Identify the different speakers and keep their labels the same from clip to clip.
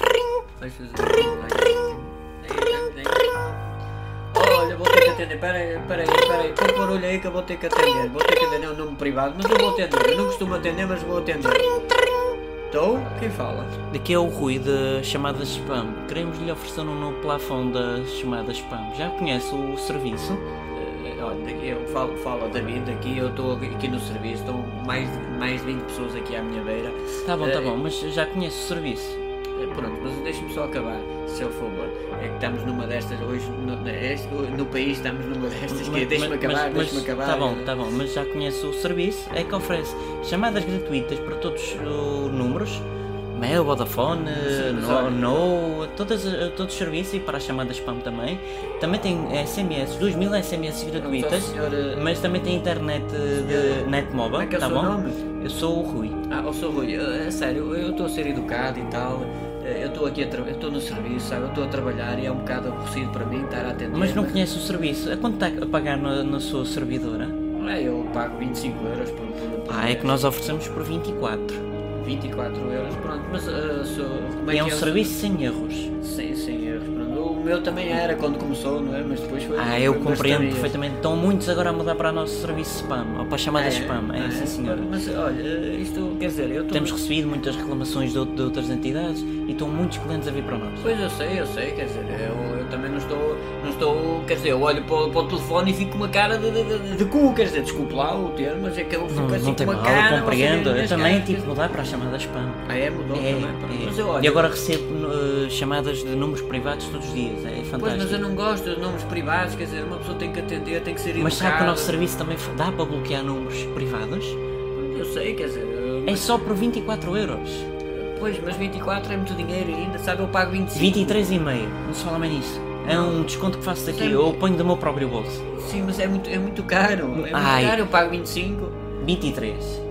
Speaker 1: faz tudo. Olha, vou ter que atender. Pera aí, pera aí, pera aí. Põe barulho aí que eu vou ter que atender. Vou ter que atender um número privado, mas eu vou atender. Eu não costumo atender, mas vou atender. Estou? Quem fala?
Speaker 2: Daqui é o Rui da chamada spam. Queremos lhe oferecer um novo plafond da chamada spam. Já conhece o serviço?
Speaker 1: Eh, Olha, daqui eu falo, falo da vida aqui, eu estou aqui no serviço, estão mais, de- mais de 20 pessoas aqui à minha beira.
Speaker 2: Tá bom, tá
Speaker 1: Eh,
Speaker 2: bom, mas já conhece o serviço.
Speaker 1: Eh, Pronto, mas deixa-me só acabar, se eu favor. É que estamos numa destas hoje, no, na- este- no país estamos numa destas que é,
Speaker 2: Mas-
Speaker 1: deixa-me
Speaker 2: mas-
Speaker 1: acabar,
Speaker 2: mas- mas
Speaker 1: deixa-me acabar.
Speaker 2: Tá bom, tá bom, mas já conheço o serviço. É que oferece chamadas gratuitas para todos eh, os números. Mail, Vodafone,
Speaker 1: Sim, mas olha-
Speaker 2: No, no todas, eh, todos os serviços e para as chamadas spam também. Também tem SMS, 2000 SMS
Speaker 1: Pronto, ó,
Speaker 2: gratuitas,
Speaker 1: senhor, eh,
Speaker 2: mas também tem internet eh, de net mobile,
Speaker 1: como é que é o
Speaker 2: tá
Speaker 1: seu
Speaker 2: bom?
Speaker 1: nome?
Speaker 2: Eu sou o Rui.
Speaker 1: Ah, eu sou Rui, eh, é sério, eu estou a ser educado e tal, eh, eu estou aqui, a tra- eu estou no serviço, sabe, eu estou a trabalhar e é um bocado aborrecido para mim estar a atender.
Speaker 2: Mas não conhece o serviço. A quanto está a pagar na, na sua servidora?
Speaker 1: É, eu pago 25 euros por... por, por
Speaker 2: Ah, é
Speaker 1: mês.
Speaker 2: que nós oferecemos por 24.
Speaker 1: 24 euros, pronto, mas eh, sou, como
Speaker 2: É
Speaker 1: que
Speaker 2: um
Speaker 1: o-
Speaker 2: serviço sem erros.
Speaker 1: Sim, sim, eu respondo. O meu também era quando começou, não é? Mas depois foi.
Speaker 2: Ah, eu
Speaker 1: foi
Speaker 2: compreendo
Speaker 1: bastaria.
Speaker 2: perfeitamente. Estão muitos agora a mudar para o nosso serviço spam, ou para a chamada
Speaker 1: Ah, é?
Speaker 2: spam, é,
Speaker 1: Ah,
Speaker 2: sim senhora.
Speaker 1: Mas olha, isto quer dizer, eu estou.
Speaker 2: Temos recebido muitas reclamações de, out- de outras entidades e estão muitos clientes a vir para nós.
Speaker 1: Pois eu sei, eu sei, quer dizer, é um, eu, eu também não estou, não estou, quer dizer, eu olho para, o- para o telefone e fico com uma cara de, de, de- de cu, quer dizer, desculpe lá o termo, mas é que eu fico
Speaker 2: Não,
Speaker 1: assim
Speaker 2: não tem
Speaker 1: com
Speaker 2: mal,
Speaker 1: uma cara...
Speaker 2: eu compreendo.
Speaker 1: vocês
Speaker 2: Eu
Speaker 1: veem
Speaker 2: também
Speaker 1: as
Speaker 2: tive que
Speaker 1: caras,
Speaker 2: mudar para a chamada spam.
Speaker 1: quer dizer- Ah é, mudou
Speaker 2: É,
Speaker 1: também, pronto. mas eu
Speaker 2: é.
Speaker 1: olho...
Speaker 2: E agora recebo eh, chamadas de números privados todos os dias, é
Speaker 1: Pois, mas eu
Speaker 2: fantástico.
Speaker 1: não gosto de nomes privados, quer dizer, uma pessoa tem que atender, tem que ser educada...
Speaker 2: Mas sabe que o nosso serviço também f- dá para bloquear números privados?
Speaker 1: Eu sei, quer dizer... eu-
Speaker 2: É só por 24 euros.
Speaker 1: Pois, mas 24 é muito dinheiro ainda, sabe? Eu pago 25.
Speaker 2: 23,5, não se fala mais nisso. É um desconto que faço daqui,
Speaker 1: Sim.
Speaker 2: eu ponho do meu próprio bolso.
Speaker 1: Sim, mas é muito, é muito caro. É muito
Speaker 2: Ai.
Speaker 1: caro, eu pago 25.
Speaker 2: 23.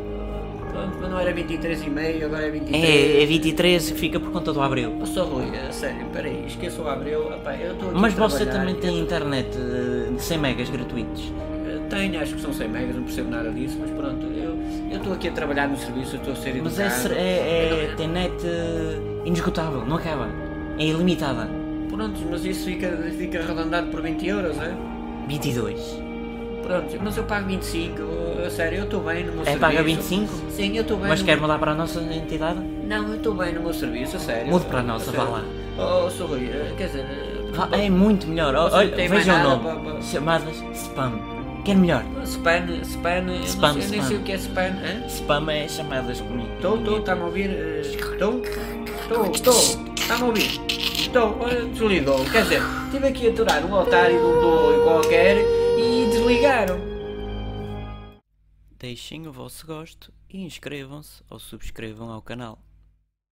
Speaker 1: Pronto, mas não era 23,5, agora é 23.
Speaker 2: É, é 23 que fica por conta do Abreu.
Speaker 1: Só Rui, a sério, peraí, esqueça o Abreu. Epá, eu estou aqui
Speaker 2: Mas
Speaker 1: a
Speaker 2: você
Speaker 1: trabalhar.
Speaker 2: também tem internet eh, de 100 megas gratuitos.
Speaker 1: Eh, Tenho, acho que são 100 megas, não percebo nada disso, mas pronto, eu eu estou aqui a trabalhar no serviço, eu estou a ser
Speaker 2: Mas é,
Speaker 1: educado.
Speaker 2: ser- é, é tem net eh, inesgotável, não acaba. É ilimitada.
Speaker 1: Pronto, mas isso fica, fica arredondado por 20 euros, é?
Speaker 2: 22.
Speaker 1: Pronto, mas eu pago 25, a sério, eu estou bem no meu
Speaker 2: É
Speaker 1: serviço.
Speaker 2: paga 25?
Speaker 1: Sim, eu estou bem
Speaker 2: Mas
Speaker 1: no
Speaker 2: quer mudar para a nossa entidade?
Speaker 1: Não, eu estou bem no meu serviço, a sério.
Speaker 2: Mude para a nossa,
Speaker 1: A sério.
Speaker 2: vá lá.
Speaker 1: Oh, sou Rui, eh, quer dizer. eh,
Speaker 2: Vá- É muito melhor. Ó,
Speaker 1: Mas não
Speaker 2: Olha,
Speaker 1: tem mais
Speaker 2: veja o
Speaker 1: nada
Speaker 2: nome.
Speaker 1: para- para-
Speaker 2: Chamadas spam. Quer melhor?
Speaker 1: Span, span, eu não
Speaker 2: Spam,
Speaker 1: sei- eu nem
Speaker 2: spam.
Speaker 1: sei o que é span. hã?
Speaker 2: Spam é chamadas comigo.
Speaker 1: Estou, estou, está-me a ouvir? eh, Estou? Estou, estou, está-me a ouvir? Estou, olha, desligou. Quer dizer, estive aqui a aturar um otário de um doido qualquer e desligaram.
Speaker 2: Deixem o vosso gosto e inscrevam-se ou subscrevam ao canal.